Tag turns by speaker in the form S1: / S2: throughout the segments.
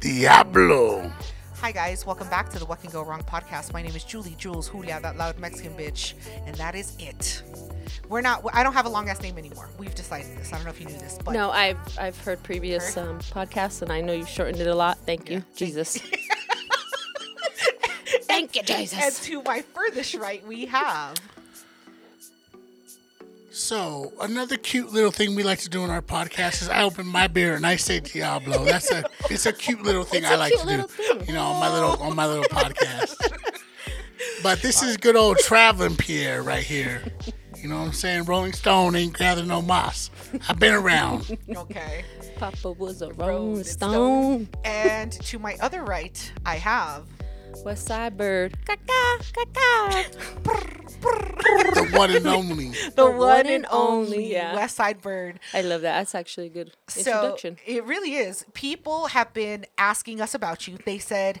S1: Diablo.
S2: Hi, guys. Welcome back to the What Can Go Wrong podcast. My name is Julie Jules Julia, that loud Mexican bitch. And that is it. We're not, I don't have a long ass name anymore. We've decided this. I don't know if you knew this, but
S3: No, I've I've heard previous um, podcasts, and I know you've shortened it a lot. Thank you, Jesus. Thank you,
S2: And
S3: Jesus.
S2: to my furthest right, we have.
S1: So, another cute little thing we like to do in our podcast is I open my beer and I say Diablo. That's a it's a cute little thing
S3: It's
S1: I
S3: a
S1: like
S3: cute
S1: to do.
S3: little thing.
S1: You know, on my little on my little podcast. But this is good old traveling Pierre right here. You know what I'm saying? Rolling Stone ain't gathering no moss. I've been around.
S2: Okay.
S3: Papa was a rolling
S2: Rolling
S3: stone.
S2: and to my other right, I have.
S3: West Side Bird. Caca, caca.
S1: The one and only.
S2: The
S3: one and only, yeah.
S2: West Side Bird.
S3: I love that. That's actually a good
S2: So
S3: introduction.
S2: it really is. People have been asking us about you. They said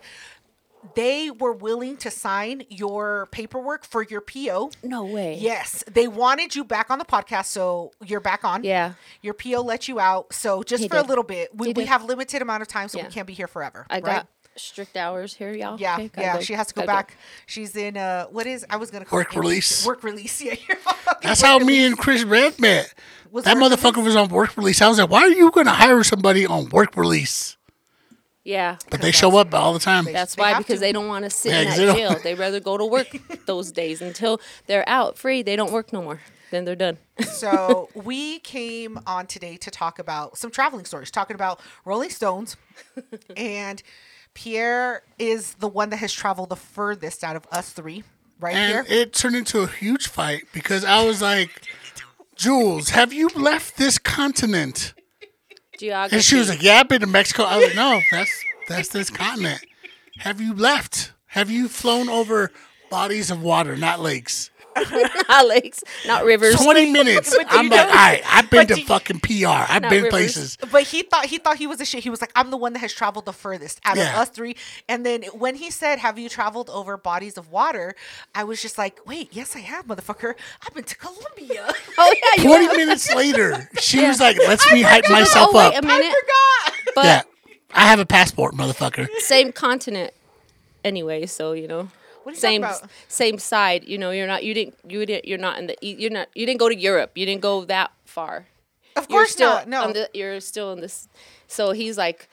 S2: they were willing to sign your paperwork for your PO.
S3: no way.
S2: Yes, they wanted you back on the podcast, so you're back on.
S3: Yeah.
S2: your PO let you out, so just
S3: He
S2: for a
S3: did.
S2: little bit. We,
S3: He
S2: we
S3: did.
S2: have limited amount of time, so
S3: Yeah.
S2: we can't be here forever.
S3: I
S2: right?
S3: got strict hours here, y'all.
S2: Yeah,
S3: Okay, gotta
S2: yeah.
S3: go,
S2: She has to go
S3: gotta
S2: back. She's in uh, what is I was gonna call
S1: Work
S2: it-
S1: release.
S2: Work release. Yeah.
S1: That's how me and Chris Red met.
S2: Was
S1: that
S2: work
S1: motherfucker was on work release. I was like, why are you going to hire somebody on work release?
S3: Yeah.
S1: But they show up all the time.
S3: That's
S2: They
S3: why
S2: have
S3: because
S2: to.
S3: they don't want to sit
S1: Yeah,
S3: in
S1: 'cause
S3: that
S1: they don't-
S3: jail. They rather go to work those days until they're out free. They don't work no more. Then they're done.
S2: so we came on today to talk about some traveling stories, talking about Rolling Stones, and Pierre is the one that has traveled the furthest out of us three, right here.
S1: And it turned into a huge fight because I was like, Jules, have you left this continent?
S3: Geography.
S1: And she was like, Yeah, I've been to Mexico. I was like, No, that's that's this continent. Have you left? Have you flown over bodies of water, not lakes?
S3: not lakes, not rivers.
S1: Twenty minutes.
S2: But do
S1: I'm
S2: you
S1: like,
S2: know-
S1: all right, I've been
S2: but
S1: to
S2: do you-
S1: fucking PR. I've
S3: Not
S1: been
S3: rivers.
S1: places.
S2: but he thought he thought he was a shit. He was like, "I'm the one that has traveled the furthest out of
S1: Yeah.
S2: us three. And then when he said, "Have you traveled over bodies of water?" I was just like, "Wait, yes, I have, motherfucker. I've been to Colombia."
S3: Oh yeah, you
S1: Twenty minutes later, she was like, "Let's me hype myself
S3: Oh wait
S1: up."
S3: a minute.
S2: I forgot.
S3: But
S1: yeah, I have a passport, motherfucker.
S3: same continent, anyway. So you know,
S2: What are you
S3: same
S2: talking about?
S3: same side. You know, you're not. You didn't. You didn't. You're not in the. e- You're not. You didn't go to Europe. You didn't go that far.
S2: Of
S3: You're
S2: course
S3: still
S2: not. No.
S3: on the- you're still in this. So he's like,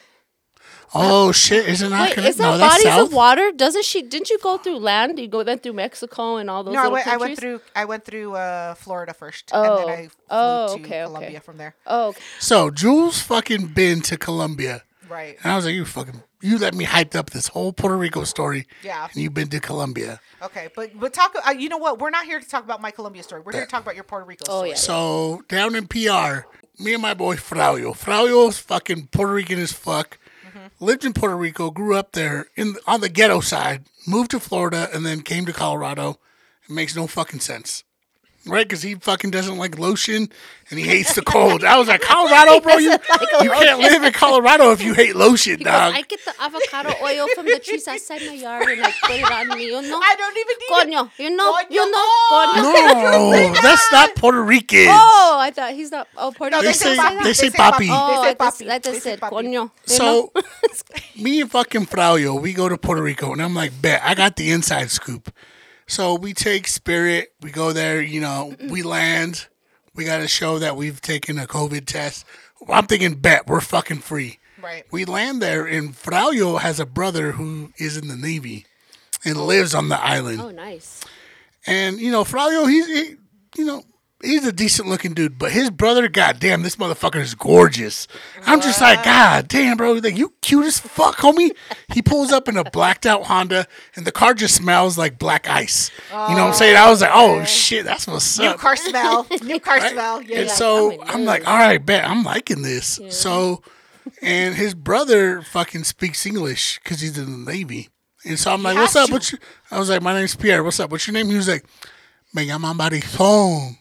S1: Oh shit! Is it not?
S3: wait,
S1: gonna,
S3: is that
S1: no, that's
S3: bodies
S1: south.
S3: of water? Doesn't she? Didn't you go through land? You go went through Mexico and all those.
S2: no, I
S3: little
S2: went, I went
S3: countries?
S2: through I went through uh, Florida first, and
S3: Oh.
S2: then I flew
S3: Oh,
S2: to
S3: okay, okay.
S2: Colombia from there.
S3: Oh, okay.
S1: So Jules fucking been to Colombia,
S2: Right.
S1: and I was like, "You fucking, you let me hyped up this whole Puerto Rico story."
S2: Yeah.
S1: and you've been to Colombia.
S2: Okay, but but talk. Uh, you know what? We're not here to talk about my Colombia story. We're here to talk about your Puerto Rico
S3: Oh
S2: story.
S3: yeah.
S1: So down in PR, me and my boy Fraulio. Fraulio's fucking Puerto Rican as fuck.
S3: Mm-hmm.
S1: Lived in Puerto Rico, grew up there in on the ghetto side, moved to Florida, and then came to Colorado. It makes no fucking sense. Right, because he fucking doesn't like lotion and he hates the cold. I was like, Colorado, bro, you, you can't live in Colorado if you hate lotion, dog.
S3: I get the avocado oil from the trees outside my yard and I put it on me. Oh, You know,
S2: I don't even need
S3: coño. You know,
S2: Coño.
S3: you know, coño.
S1: No, that's not Puerto Rican.
S3: Oh, I thought he's not. Oh, Puerto
S2: No,
S3: Rican.
S1: They say-
S3: say
S1: they
S3: that?
S1: say papi.
S2: They
S3: Oh,
S2: say
S3: I just,
S2: papi.
S3: I just
S2: They say
S3: said
S2: papi.
S3: coño. You know?
S1: So, me and fucking Fraulio, we go to Puerto Rico, and I'm like, bet I got the inside scoop. So we take Spirit, we go there, you know, we land, we got to show that we've taken a COVID test. I'm thinking, bet we're fucking free.
S2: Right.
S1: We land there, and Fraulio has a brother who is in the Navy and lives on the island.
S3: oh, nice.
S1: And you know, Flavio, he's he, you know he's a decent looking dude, but his brother, goddamn, this motherfucker is gorgeous. I'm just like, god damn, bro, like you cute as fuck, homie. he pulls up in a blacked out Honda, and the car just smells like black ice. you know what I'm saying? I was like, oh shit, that's what's
S2: New
S1: up.
S2: car smell. New car
S1: right?
S2: smell. Yeah.
S1: and
S2: yeah.
S1: so
S3: I'm in
S1: I'm, like, all right, bet I'm liking this. So, and his brother fucking speaks English because he's in the Navy. And so I'm like, what's
S2: has
S1: up?
S2: to.
S1: What's your, I was like, my name's Pierre. What's up? What's your name? He was like, me llaman Barizon.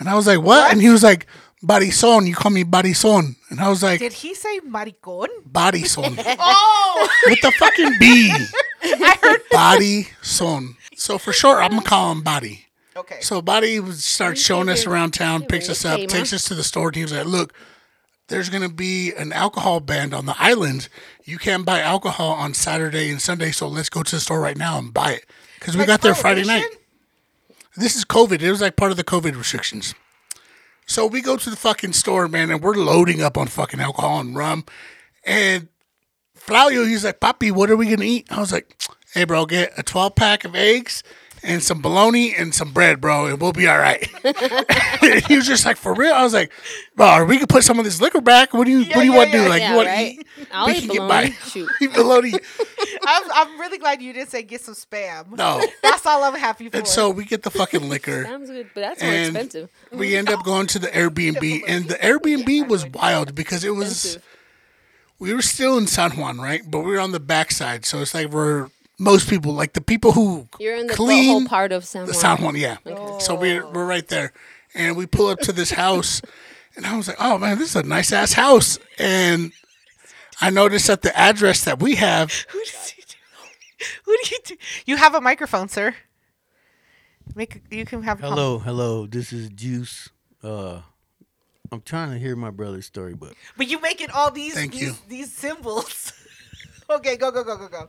S1: And I was like, what? And he was like, Barizon. You call me Barizon. And I was like,
S2: Did he say maricón?
S1: Barizon.
S2: Oh,
S1: With the fucking B.
S2: I heard.
S1: Barizon. So for short, I'm going to call him Body.
S2: Okay.
S1: So Buddy would start showing us around town, picks us up,
S3: Famer.
S1: takes us to the store, and he was like, Look, there's going to be an alcohol ban on the island. You can't buy alcohol on Saturday and Sunday, so let's go to the store right now and buy it. Because we
S2: Like
S1: got there Friday night.
S2: prohibition?
S1: This is COVID. It was like part of the COVID restrictions. So we go to the fucking store, man, and we're loading up on fucking alcohol and rum. And Flavio, he's like, Papi, what are we going to eat? I was like, hey, bro, get a 12 pack of eggs and some bologna and some bread, bro, and we'll be all right. he was just like, for real? I was like, bro, we could put some of this liquor back. What do you, what do you
S2: yeah,
S1: want to do?
S2: yeah,
S1: Like,
S3: yeah,
S1: you want
S3: right?
S1: to eat?
S3: I'll
S1: we
S3: eat
S1: can get
S3: bologna.
S1: by.
S3: Shoot.
S1: Eat bologna.
S2: I'm, I'm really glad you didn't say get some spam.
S1: No.
S2: That's all I'm happy for.
S1: And so we get the fucking liquor.
S3: Sounds good, but that's more
S1: and
S3: expensive.
S1: we end up going to the Airbnb, and the Airbnb was wild because it was
S3: Expensive.
S1: we were still in San Juan, right? But we were on the backside, so it's like we're most people, like the people who
S3: You're in the
S1: clean
S3: whole part of San
S1: the
S3: Juan.
S1: San Juan, yeah. So we're we're right there, and we pull up to this house, and I was like, oh man, this is a nice ass house, and I noticed that the address that we have,
S2: Who does he do? Who do you do? You have a microphone, sir. Make you can have a com-
S4: Hello, hello. This is Juice. Uh, I'm trying to hear my brother's story, but
S2: But you making all these
S1: Thank
S2: these,
S1: you.
S2: these symbols. okay, go go go go go.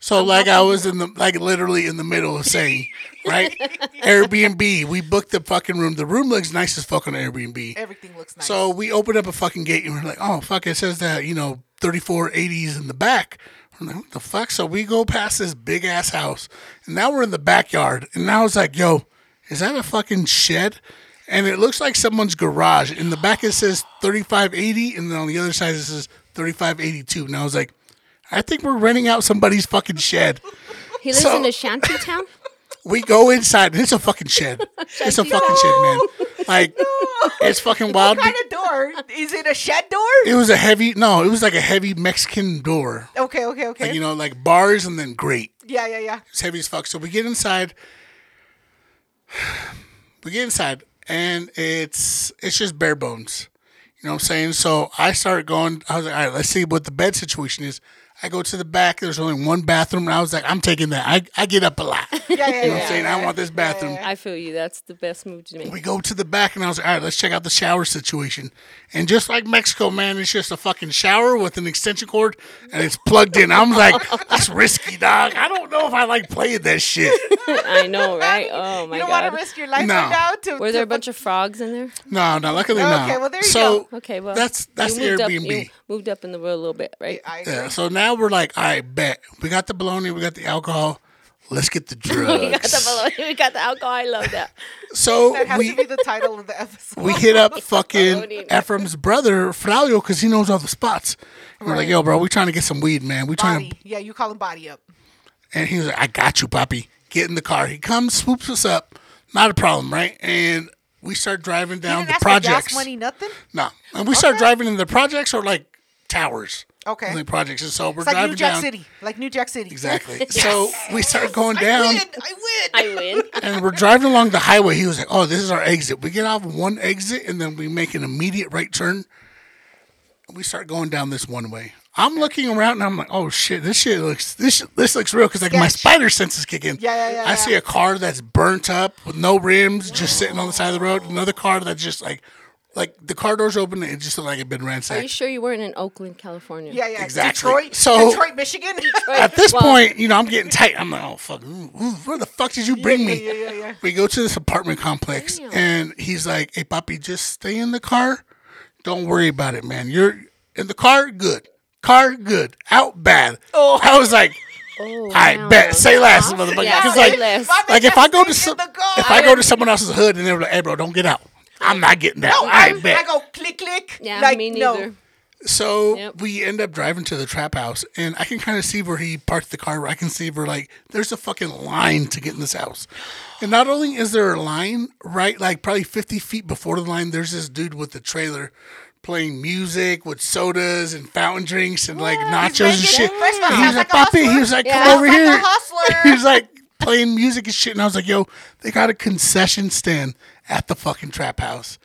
S1: so like I was in the like literally in the middle of saying, right, Airbnb, we booked the fucking room. The room looks nice as fuck on Airbnb.
S2: Everything looks nice.
S1: So we opened up a fucking gate and we're like, oh fuck, it says that you know 3480s in the back. I'm like, what the fuck? So we go past this big ass house, and now we're in the backyard. And I was like, yo, is that a fucking shed? And it looks like someone's garage. In the back it says 3580, and then on the other side it says 3582. And I was like, I think we're renting out somebody's fucking shed.
S3: He lives
S1: So-
S3: in a shanty town.
S1: We go inside, and it's a fucking shed. It's a fucking shed, man. Like, it's fucking wild.
S2: what kind of door is it? A shed door?
S1: It was a heavy. No, it was like a heavy Mexican door.
S2: okay, okay, okay.
S1: Like, you know, like bars and then grate.
S2: yeah, yeah, yeah.
S1: It's heavy as fuck. So we get inside. We get inside, and it's it's just bare bones. You know what I'm saying? So I start going. I was like, all right, let's see what the bed situation is. I go to the back. There's only one bathroom, and I was like, I'm taking that. I, I get up a lot. You know
S2: Yeah, yeah,
S1: what I'm
S2: yeah.
S1: saying? I want this bathroom.
S3: I feel you. That's the best move to make.
S1: We go to the back, and I was like, all right, let's check out the shower situation. And just like Mexico, man, it's just a fucking shower with an extension cord, and it's plugged in. I'm like, that's risky, dog. I don't know if I like playing that shit.
S3: I know, right? Oh my
S2: you don't
S3: god.
S2: want to risk your life
S1: No.
S2: right now. To,
S3: Were there a
S2: to-
S3: bunch of frogs in there?
S1: No, no, luckily not.
S2: Okay, well, there you
S1: so,
S2: go.
S3: Okay, well
S1: that's that's the
S3: you moved Up,
S1: Airbnb.
S3: you moved up in the world a little bit, right?
S2: I agree.
S1: yeah. So now we're like, all right, bet we got the bologna, we got the alcohol. Let's get the drugs.
S3: we got the bologna, we got the alcohol. I love that.
S1: So
S2: That has
S1: we
S2: to be the title of the episode.
S1: we hit up fucking
S3: Bologna.
S1: Ephraim's brother, Fralio, because he knows all the spots. And We're like, yo, bro, we trying to get some weed, man. We trying to
S2: Body. Yeah, you call him body up.
S1: And he was like, I got you, Poppy. Get in the car. He comes, swoops us up. Not a problem, right? And we start driving
S2: You
S1: down
S2: didn't
S1: the
S2: ask for
S1: projects.
S2: gas money, nothing.
S1: No. And we start driving in the projects or like towers.
S2: Okay.
S1: Like projects. And so we're
S2: It's like
S1: driving
S2: New Jack
S1: down.
S2: City, like New Jack City.
S1: Exactly. So we start going down
S2: I win. I
S3: I
S2: win.
S3: win.
S1: and we're driving along the highway. He was like, Oh, this is our exit. We get off one exit and then we make an immediate right turn. We start going down this one way. I'm looking around and I'm like, oh shit, this shit looks this shit- this looks real because like my
S2: Sketch.
S1: spider senses kick in.
S2: Yeah, yeah, yeah,
S1: I
S2: yeah.
S1: see a car that's burnt up with no rims, just sitting on the side of the road. Another car that's just like, like the car doors open and it just looked like it had been
S3: Are you
S1: ransacked.
S3: sure you weren't in Oakland, California?
S2: Yeah, yeah.
S1: Exactly.
S2: Detroit,
S1: So-
S2: Detroit, Michigan.
S1: At this
S3: Well-
S1: point, you know, I'm getting tight. I'm like, oh fuck, ooh, ooh, where the fuck did you bring me?
S2: yeah, yeah, yeah.
S1: We go to this apartment complex,
S3: Damn.
S1: and he's like, "Hey, papi, just stay in the car. Don't worry about it, man. You're in the car, good. Car, good. Out, bad." Oh, I was like,
S3: Oh,
S1: "I
S3: wow.
S1: bet. Say last, motherfucker."
S3: Yeah,
S1: 'Cause,
S3: say
S1: like,
S3: less.
S2: My
S1: like
S2: bitch
S1: if I go to
S2: has
S1: some,
S2: to be in the
S1: if
S2: car.
S1: I go to someone else's hood and they're like, "Hey, bro, don't get out," I'm not getting that.
S2: No,
S1: I
S2: Oh, I,
S1: bet.
S2: I go click click.
S3: Yeah,
S2: like,
S3: me
S2: no.
S3: neither.
S1: So
S3: Yep.
S1: we end up driving to the trap house, and I can kind of see where he parked the car. Where I can see where like there's a fucking line to get in this house, and not only is there a line, right? Like probably 50 feet before the line, there's this dude with the trailer playing music with sodas and fountain drinks and like nachos and
S2: making-
S1: shit.
S2: first of all,
S1: And he was
S2: sounds
S1: like,
S2: like a
S1: "Papi," he
S2: hustler.
S1: was like,
S3: Yeah.
S1: "Come
S3: Sounds
S1: over
S2: like a
S1: here."
S2: hustler.
S1: He was like playing music and shit, and I was like, "Yo, they got a concession stand at the fucking trap house."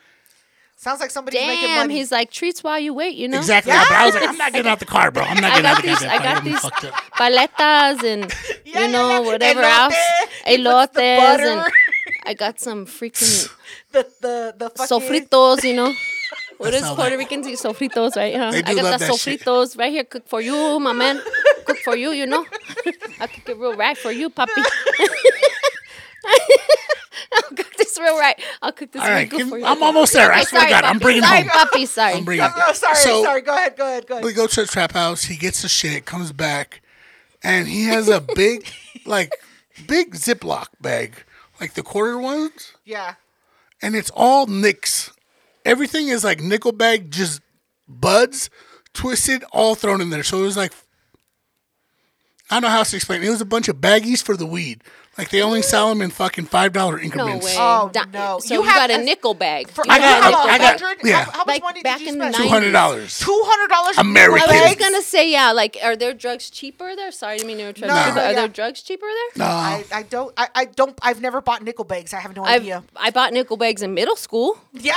S2: Sounds like somebody's making
S3: Damn,
S2: money.
S3: he's like treats while you wait. You know
S1: Exactly. But I was like, I'm not getting out the car, bro. I'm not getting out
S3: got
S1: the car.
S3: these- I got these-
S1: fucked up.
S3: paletas and
S2: Yeah, yeah,
S3: you know
S2: yeah.
S3: whatever
S2: Elote.
S3: else,
S2: He puts the
S3: elotes and
S2: butter.
S3: I got some freaking
S2: the the the fucking
S3: sofritos. You know, What
S1: That's
S3: is
S1: how
S3: Puerto
S1: they-
S3: Ricans eat? Sofritos, right? Huh?
S1: They
S3: I
S1: do
S3: got
S1: love
S3: the
S1: that shit.
S3: sofritos right here cooked for you, my man. cooked for you, you know. I cook it real right for you, puppy. I'll cook this real right. I'll cook this
S1: All
S3: real
S1: right,
S3: good
S1: can-
S3: for you.
S1: I'm almost there. I swear to God, I'm bringing
S3: sorry,
S1: home.
S3: puppy, sorry.
S1: I'm bringing.
S2: No, Oh, sorry,
S1: So-
S2: sorry. Go ahead, go ahead, go
S1: We
S2: ahead.
S1: go to the trap house. He gets the shit, comes back, and he has a big, like, big Ziploc bag, like the quarter ones,
S2: Yeah.
S1: and it's all nicks. Everything is like nickel bag, just buds, twisted, all thrown in there. So it was like, I don't know how else to explain. It It was a bunch of baggies for the weed. Like they only sell them in fucking five dollar
S3: no
S1: increments.
S3: way.
S2: Oh,
S3: Di-
S2: no.
S3: So
S2: You
S3: you,
S2: have
S3: got a
S2: a-
S3: nickel bag.
S2: For
S3: You
S1: I got-
S3: got a nickel
S1: I got-
S3: bag.
S1: yeah.
S2: How, how much
S3: Like,
S2: money did
S3: back
S2: you
S3: in
S2: spend?
S3: the
S1: Two hundred dollars.
S2: Two hundred dollars.
S1: American.
S3: I was
S1: Bags.
S3: gonna say yeah. Like, are there drugs cheaper there? Sorry, I didn't mean to interrupt.
S2: No,
S3: you, but
S2: no,
S3: Are
S2: yeah.
S3: there drugs cheaper
S1: No,
S3: there?
S2: I, I don't. I, I don't. I've never bought nickel bags. I have no idea.
S3: I I bought nickel bags in middle school.
S2: Yeah.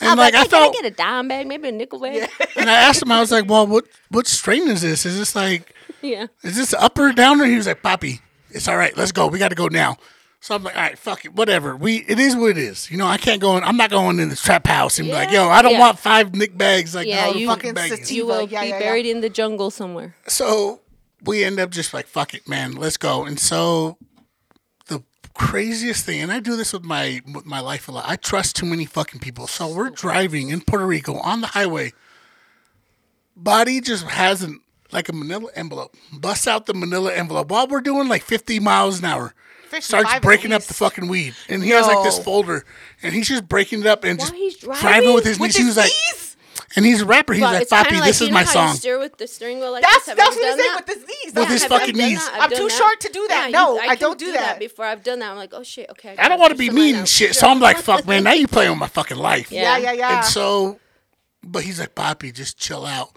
S1: and like I
S3: Hey, can I
S1: felt,
S3: get a dime bag, maybe a nickel bag?
S1: and I asked him, I was like, "Well, what what strain is this? Is this like?"
S3: Yeah.
S1: is this up or down? And he was like, Poppy, it's all right. Let's go. We got to go now. So I'm like, all right, fuck it, whatever. We it is what it is. You know, I can't go in. I'm not going in this trap house and be like,
S3: Yeah.
S1: yo, I don't
S3: Yeah.
S1: want five Nick bags. Like,
S3: Yeah,
S1: no, the
S3: you-
S1: fucking
S2: Fucking
S1: baggies.
S2: sativa.
S3: You will
S2: Yeah,
S3: be
S2: yeah, yeah.
S3: buried in the jungle somewhere.
S1: So we end up just like, fuck it, man, let's go. And so the craziest thing, and I do this with my with my life a lot. I trust too many fucking people. So we're driving in Puerto Rico on the highway. Body just hasn't like a Manila envelope. Bust out the Manila envelope while we're doing like fifty miles an hour.
S2: 55
S1: Starts
S2: at
S1: breaking up
S2: least.
S1: the fucking weed, and he has like this
S2: No.
S1: folder, and he's just breaking it up and
S3: While
S1: just
S3: he's
S1: driving
S3: driving?
S1: with his
S2: With
S1: knees. He was
S2: his
S1: like,
S2: knees?
S1: and he's a rapper. He's
S3: But
S1: like,
S3: it's kinda
S1: "Poppy,
S3: like,
S1: this
S3: you
S1: is
S3: know
S1: my
S3: how you
S1: song."
S3: steer with the steering wheel like
S2: That's
S3: this? Have
S2: that's
S3: you
S2: what he's
S3: ever done
S2: saying
S3: that?
S2: with his knees.
S1: With his
S2: I've
S1: fucking
S2: done that.
S1: knees.
S2: I'm too short to do that.
S3: you-
S2: no, I
S3: can
S2: don't do that.
S3: Before I've done that, I'm like, oh shit, okay.
S1: I don't want to be mean and shit. So I'm like, fuck, man, now you playing with my fucking life.
S2: Yeah, yeah, yeah.
S1: And so, but he's like, Poppy, just chill out.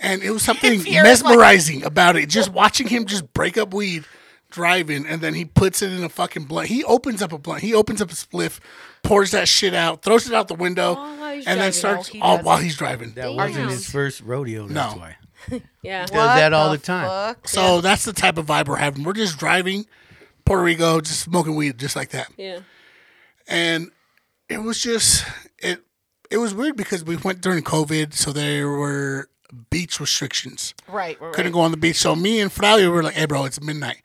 S1: And it was something
S2: Fierce, like-
S1: mesmerizing about it. Just watching him just break up weed, driving, and then he puts it in a fucking blunt. He opens up a blunt. He opens up a spliff, pours that shit out, throws it out the window,
S3: Oh, while
S1: and
S3: he's
S1: then
S3: driving.
S1: starts
S2: No, he
S1: all while
S2: doesn't.
S1: he's driving.
S4: That
S3: Damn.
S4: wasn't his first rodeo. That's
S1: No.
S4: why.
S3: Yeah.
S4: Does that all the time.
S2: fuck?
S1: So that's the type of vibe we're having. We're just driving, Puerto Rico, just smoking weed, just like that.
S3: Yeah.
S1: and it was just it it was weird because we went during COVID, so there were beach restrictions.
S2: Right. right,
S1: Couldn't
S2: right.
S1: go on the beach. So me and Flavio were like, "Hey, bro, it's midnight.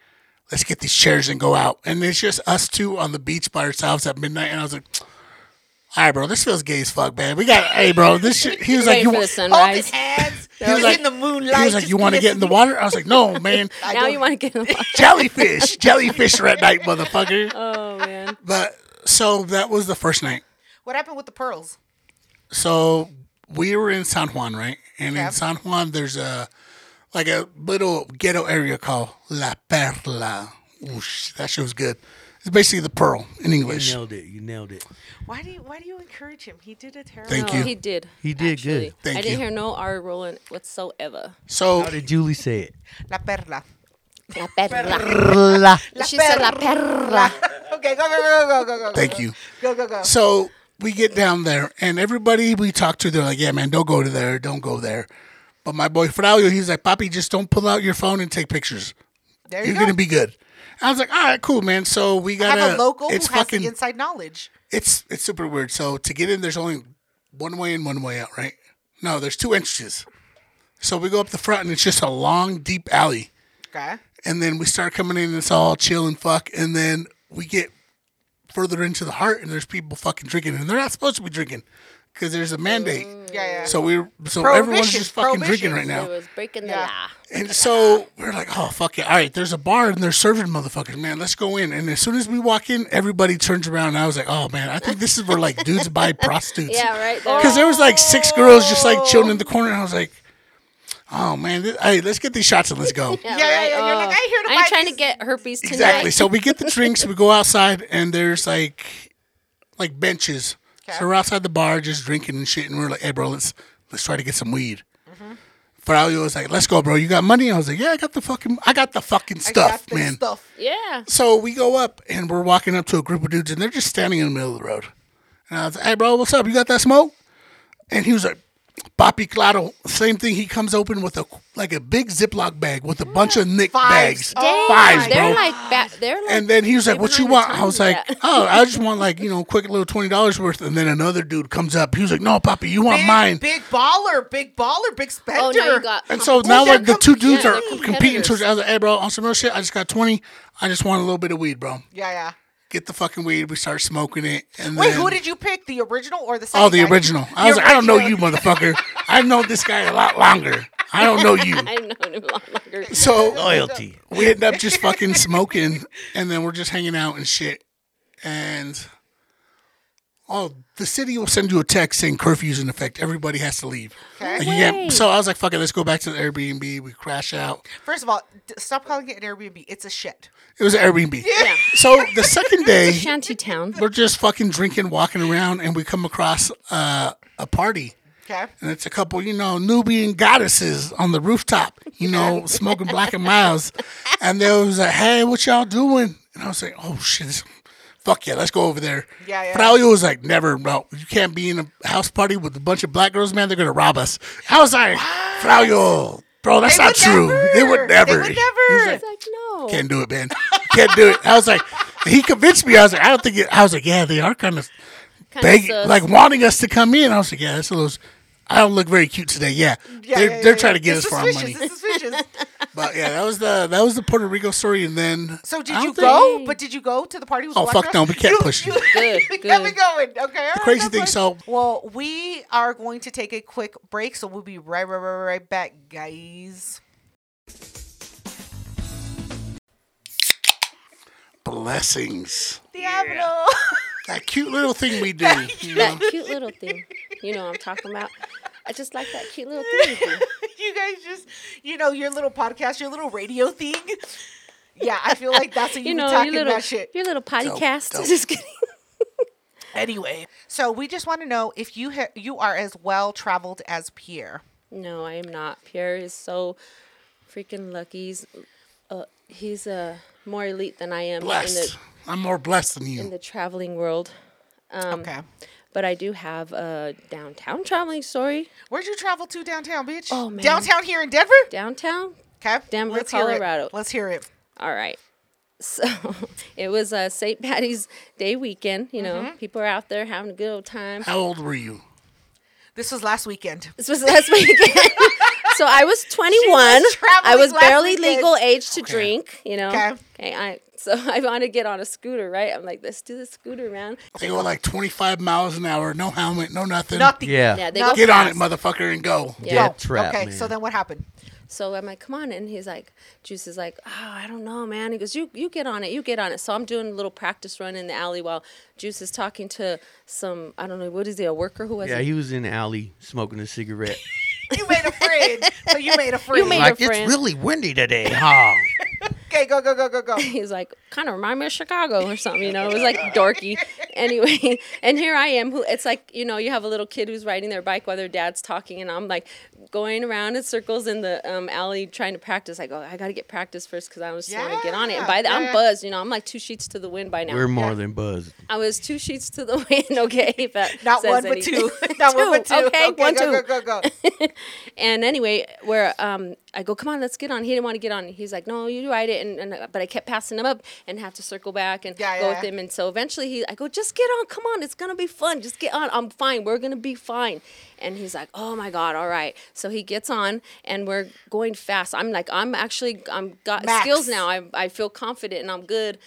S1: Let's get these chairs and go out." And it's just us two on the beach by ourselves at midnight. And I was like, "All right, bro, this feels gay as fuck, man. We got hey, bro. This shit." He was like,
S3: Waiting
S1: "You
S3: for the
S1: want?" Oh,
S2: Holding
S3: sunrise.
S2: hands.
S1: He was like,
S2: in the moonlight.
S1: He was like,
S2: just
S1: "You want to get in the
S2: listening.
S1: water?" I was like, "No, man.
S3: Now you want to get in the water.
S1: jellyfish, jellyfish are at night, motherfucker."
S3: Oh man.
S1: But so that was the first night.
S2: What happened with the pearls?
S1: so we were in San Juan, right? And
S2: Yeah.
S1: in San Juan, there's a like a little ghetto area called La Perla. Ooh, sh- that shit was good. It's basically the pearl in English.
S4: You nailed it. You nailed it.
S2: Why do you Why do you encourage him? He did a terrible.
S1: Thank
S3: No,
S1: you.
S3: He did.
S4: He did
S3: actually.
S4: good.
S1: Thank
S3: I
S1: you.
S3: didn't hear no R rolling whatsoever.
S1: So
S4: How did Julie say it?
S2: La perla.
S3: La perla.
S2: La
S3: She said la perla.
S2: okay, go go go go go go.
S1: Thank
S2: go.
S1: you.
S2: Go go go.
S1: So we get down there, and everybody we talk to, they're like, "Yeah, man, don't go to there, don't go there." But my boy Fravio, he's like, "Papi, just don't pull out your phone and take pictures.
S2: There you
S1: You're
S2: go.
S1: gonna be good." I was like, "All right, cool, man." So we got
S2: have a local
S1: It's
S2: who has
S1: fucking
S2: the inside knowledge.
S1: it's it's super weird. So to get in, there's only one way in, one way out, right? No, there's two entrances. So we go up the front, and it's just a long, deep alley.
S2: Okay.
S1: And then we start coming in, and it's all chill and fuck. And then we get further into the heart, and there's people fucking drinking, and they're not supposed to be drinking because there's a mandate.
S2: Mm, Yeah, yeah.
S1: So we're so everyone's
S2: Prohibition,
S1: just fucking drinking
S2: prohibition.
S1: right
S3: It
S1: now.
S3: was breaking the
S2: Yeah.
S3: law.
S1: And so we're like, oh fuck it! All right, there's a bar and they're serving motherfuckers, man. Let's go in. And as soon as we walk in, everybody turns around. And I was like, oh man, I think this is where like dudes buy prostitutes.
S3: Yeah, right. there.
S1: Because there was like six girls just like chilling in the corner, and I was like, oh man, this, hey, let's get these shots and let's go.
S2: Yeah, yeah, yeah. You're like, I ain't here to
S3: I'm
S2: buy
S3: Uh, trying
S2: these-
S3: to get herpes tonight.
S1: Exactly. So we get the drinks, we go outside, and there's like like benches. So we're outside the bar just drinking and shit, and we're like, hey, bro, let's let's try to get some weed.
S2: Mm-hmm.
S1: But I was like, let's go, bro. You got money? I was like, yeah, I got the fucking, I got the fucking
S2: I got
S1: stuff,
S2: this
S1: man.
S2: Stuff.
S3: Yeah.
S1: So we go up and we're walking up to a group of dudes and they're just standing in the middle of the road. And I was like, hey, bro, what's up? You got that smoke? And he was like, Papi Claro, same thing. He comes open with a like a big Ziploc bag with a bunch of Nick bags,
S2: Fives. Oh
S1: fives,
S2: my
S1: bro.
S3: They're like ba- they're like
S1: and then he was like,
S3: way
S1: "What you
S3: behind
S1: want?"
S3: the
S1: I was
S3: times
S1: like,
S3: with that.
S1: "Oh, I just want like you know, quick little twenty dollars worth." And then another dude comes up. He was like, "No, Papi, you want
S2: Big,
S1: mine?"
S2: big baller, big baller, big spender.
S3: Oh, now you got.
S1: And so now,
S2: they're
S1: like the two dudes
S3: yeah,
S1: are
S3: they're
S1: competing. So
S3: competitors.
S1: the other, hey, bro, on some real shit, I just got twenty. I just want a little bit of weed, bro.
S2: yeah, yeah.
S1: Get the fucking weed. We start smoking it. And
S2: Wait,
S1: then,
S2: who did you pick? The original or the second?
S1: Oh, the
S2: guy?
S1: original. I
S2: The
S1: was like, I don't know you,
S2: original.
S1: motherfucker. I know this guy a lot longer. I don't know you.
S3: I've known him a lot longer.
S1: So
S4: Loyalty.
S1: we end up just fucking smoking and then we're just hanging out and shit. And oh, the city will send you a text saying curfew's in effect. Everybody has to leave.
S2: Okay.
S1: Like, you can't- so I was like, fuck it, let's go back to the Airbnb. We crash out.
S2: First of all, d- stop calling it an Airbnb. It's a shed.
S1: It was an Airbnb.
S3: Yeah.
S1: So the second day,
S3: Shanty town.
S1: we're just fucking drinking, walking around, and we come across uh, a party.
S2: Okay.
S1: and it's a couple, you know, Nubian goddesses on the rooftop, you know, smoking black and miles. And they was like, hey, what y'all doing? And I was like, oh shit, this- fuck yeah, let's go over there.
S2: Yeah, yeah.
S1: Braulio was like, never, bro, you can't be in a house party with a bunch of black girls, man, they're gonna rob us. I was like, Braulio, bro, that's
S2: They
S1: not
S2: would
S1: true. They
S2: never.
S1: would never.
S2: They would
S1: He was
S2: never.
S1: like,
S3: It's like no.
S1: can't do it, man. Can't do it. I was like, he convinced me. I was like, I don't think it. I was like, yeah, they are kind of
S3: Kinda
S1: begging,
S3: sus.
S1: like wanting us to come in. I was like, yeah, that's a little. I don't look very cute today. Yeah,
S2: Yeah,
S1: they're,
S2: yeah, yeah,
S1: they're
S2: yeah.
S1: trying to get
S2: It's
S1: us for our money.
S2: suspicious, It's suspicious.
S1: But yeah, that was the that was the Puerto Rico story, and then
S2: So
S1: I
S2: did
S1: don't
S2: you
S1: think-
S2: go? But did you go to the party with
S1: Oh,
S2: black
S1: fuck
S2: girls?
S1: no, we can't
S2: you,
S1: push
S2: you.
S1: you.
S3: Good,
S2: you
S3: good.
S2: got me going. Okay. all right,
S1: crazy
S2: that's
S1: thing,
S2: fine.
S1: so-
S2: Well, we are going to take a quick break, so we'll be right, right, right, right back, guys.
S1: Blessings.
S2: Diablo.
S1: That cute little thing we do. you know?
S3: that cute little thing. You know what I'm talking about. I just like that cute little thing. you do.
S2: you guys just, you know, your little podcast, your little radio thing. Yeah, I feel like that's what you,
S3: You
S2: be
S3: know,
S2: talking
S3: your little
S2: that shit.
S3: your little
S1: Dope,
S3: podcast.
S1: dope.
S3: Just kidding.
S2: Anyway, so we just want to know if you ha- you are as well traveled as Pierre.
S3: No, I am not. Pierre is so freaking lucky. He's, uh, he's uh, more elite than I am in the
S1: blessed. I'm more blessed than
S3: in
S1: you.
S3: the traveling world. Um,
S2: okay.
S3: But I do have a downtown traveling story.
S2: Where'd you travel to downtown, bitch?
S3: Oh, man.
S2: Downtown here in Denver?
S3: Downtown.
S2: Okay.
S3: Denver,
S2: Hear
S3: Colorado.
S2: it. Let's hear it.
S3: All right. So it was uh, St. Patty's Day weekend. You know,
S2: Mm-hmm.
S3: people are out there having a good old time.
S1: How old were you?
S2: This was last weekend.
S3: This was last weekend. so I was 21. I
S2: traveling
S3: was
S2: last
S3: barely
S2: weekend.
S3: legal age to drink, you know.
S2: Okay.
S3: Okay. I so I want to get on a scooter, right? I'm like, let's do the scooter round.
S1: They go like 25 miles an hour, no helmet, no nothing.
S2: Nothing.
S4: Yeah.
S3: Yeah, they
S2: No.
S3: go
S1: Get on it,
S3: fast.
S1: motherfucker, and go.
S3: Yeah.
S4: Dead
S2: Oh,
S4: trap,
S2: okay,
S4: man.
S2: so then what happened?
S3: So I'm like, come on. And he's like, Juice is like, oh, I don't know, man. He goes, you, you get on it. You get on it. So I'm doing a little practice run in the alley while Juice is talking to some, I don't know, what is he, a worker? Who was
S4: Yeah,
S3: it?
S4: he was in the alley smoking a cigarette.
S2: You made a friend. so you made a friend.
S3: made-
S4: like, it's
S3: friend.
S4: really windy today, huh?
S2: okay, go, go, go, go, go.
S3: he's like, kind of remind me of Chicago or something, you know? It was like dorky. Anyway, and here I am. Who it's like, you know, you have a little kid who's riding their bike while their dad's talking, and I'm like going around in circles in the um, alley trying to practice. I go, I gotta get practice first because I just want to get on it. And by the,
S2: Yeah, yeah.
S3: I'm buzzed, you know. I'm like two sheets to the wind by now.
S4: We're more than buzzed.
S3: I was two sheets to the wind. Okay, if that
S2: Not
S3: says
S2: one, but
S3: anything.
S2: two. Not one, but two.
S3: Okay, one,
S2: go,
S3: two.
S2: go, go, go.
S3: And anyway, where um, I go, come on, let's get on. He didn't want to get on. He's like, no, you ride it. And, and but I kept passing him up and have to circle back and
S2: Yeah,
S3: go
S2: yeah,
S3: with
S2: yeah.
S3: him. And so eventually, he, I go, just get on. Come on, it's gonna be fun. Just get on. I'm fine. We're gonna be fine. And he's like, oh my god, all right. So he gets on, and we're going fast. I'm like, I'm actually, I'm got
S2: Max.
S3: skills now. I I feel confident and I'm good.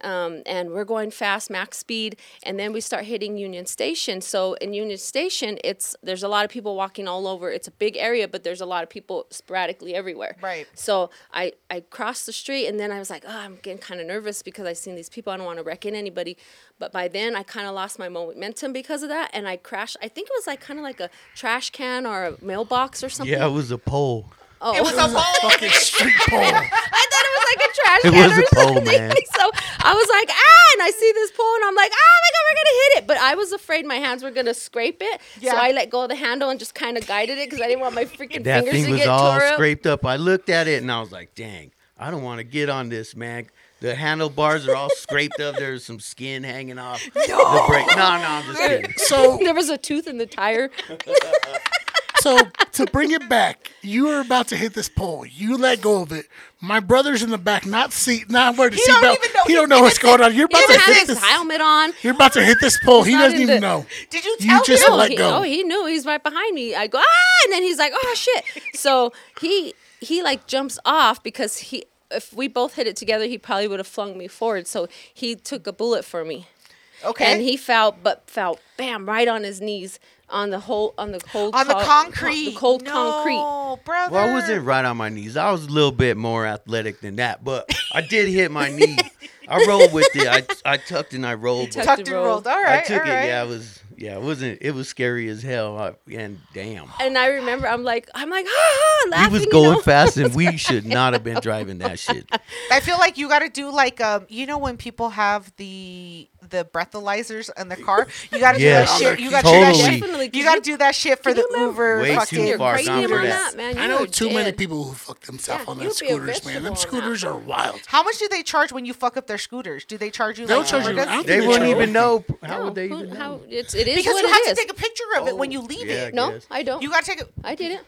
S3: Um, and we're going fast, max speed, and then we start hitting Union Station. So in Union Station, it's there's a lot of people walking all over. It's a big area, but there's a lot of people sporadically everywhere.
S2: Right.
S3: So I I crossed the street, and then I was like, oh, I'm getting kind of nervous because I've seen these people. I don't want to wreck in anybody. But by then, I kind of lost my momentum because of that, and I crashed. I think it was like kind of like a trash can or a mailbox or something.
S4: Yeah, it was a pole.
S3: oh.
S2: It was a ball.
S1: Fucking street pole.
S3: I thought it was like a trash
S4: It
S3: can
S4: was
S3: or
S4: a pole,
S3: something.
S4: man.
S3: So I was like, ah, and I see this pole, and I'm like, oh my god, we're gonna hit it. But I was afraid my hands were gonna scrape it,
S2: Yeah.
S3: so I let go of the handle and just kind of guided it because I didn't want my freaking
S4: That
S3: fingers
S4: thing
S3: to
S4: was
S3: get
S4: all
S3: tore up.
S4: scraped up. I looked at it and I was like, dang, I don't want to get on this, man. The handlebars are all scraped up. There's some skin hanging off. No, the brake. no, no, I'm just kidding.
S1: So
S3: There was a tooth in the tire.
S1: so to bring it back, you were about to hit this pole. You let go of it. My brother's in the back, not seat, not wearing the
S2: He don't
S1: seatbelt.
S2: even know
S1: He
S2: he's
S1: don't know
S2: in
S1: what's
S2: it.
S1: going on. You're about
S3: He
S1: to
S3: didn't
S1: hit
S3: have his
S1: this.
S3: helmet on.
S1: You're about to hit this pole. He
S3: not
S1: doesn't
S3: in
S1: even
S3: the-
S1: know.
S2: Did you
S1: You
S2: tell
S1: just
S2: him?
S1: let
S3: he,
S1: go.
S3: Oh, he knew he's right behind me. I go ah, and then he's like, oh shit. So he he like jumps off because he if we both hit it together, he probably would have flung me forward. So he took a bullet for me.
S2: Okay.
S3: And he fell, but fell, bam, right on his knees on the whole on the cold
S2: on the
S3: con-
S2: concrete.
S3: the cold
S2: no,
S3: concrete.
S2: brother.
S4: Well, I wasn't right on my knees. I was a little bit more athletic than that, but I did hit my knees. I rolled with it. I, I tucked and I rolled.
S3: tucked
S2: Tucked and
S3: rolled.
S2: rolled. All right.
S4: I took
S2: all
S4: it.
S2: right.
S4: Yeah, I was. Yeah, it wasn't. It was scary as hell. I, and damn,
S3: And I remember, I'm like, I'm like, ah,
S4: we
S3: laughing.
S4: was
S3: you
S4: going
S3: know?
S4: fast, and we should not have been driving that shit.
S2: I feel like you got to do like um, you know when people have the the breathalyzers in the car, you got to
S4: Yes.
S2: do that shit. You got to do that
S4: Totally.
S2: shit.
S3: Definitely, 'cause
S2: You got to do that shit for
S3: can
S2: the
S3: you imagine-
S2: Uber
S4: Way too
S2: fucking.
S3: You're
S4: far
S3: crazy
S4: gone for
S3: on
S4: that.
S3: that, man.
S1: I
S3: You
S1: know
S3: were
S1: too many
S3: dead.
S1: people who fuck themselves
S3: Yeah,
S1: on their
S3: you'd be a
S1: scooters, man.
S3: vegetable
S1: Them
S3: on that.
S1: scooters are wild.
S2: How much do they charge when you fuck up their scooters? Do they charge you?
S1: They'll
S2: like
S1: charge you-
S2: $100?
S1: I don't
S4: They
S1: Yeah.
S4: wouldn't even know. How
S3: No,
S4: would they
S3: who-
S4: even know?
S3: how- it's, it is
S2: because
S3: what
S2: you
S3: it
S2: have to
S3: is.
S2: take a picture of it when you leave
S4: Oh, yeah.
S2: it.
S3: no,
S4: Yes.
S3: I don't.
S2: You got to take. A,
S3: I didn't.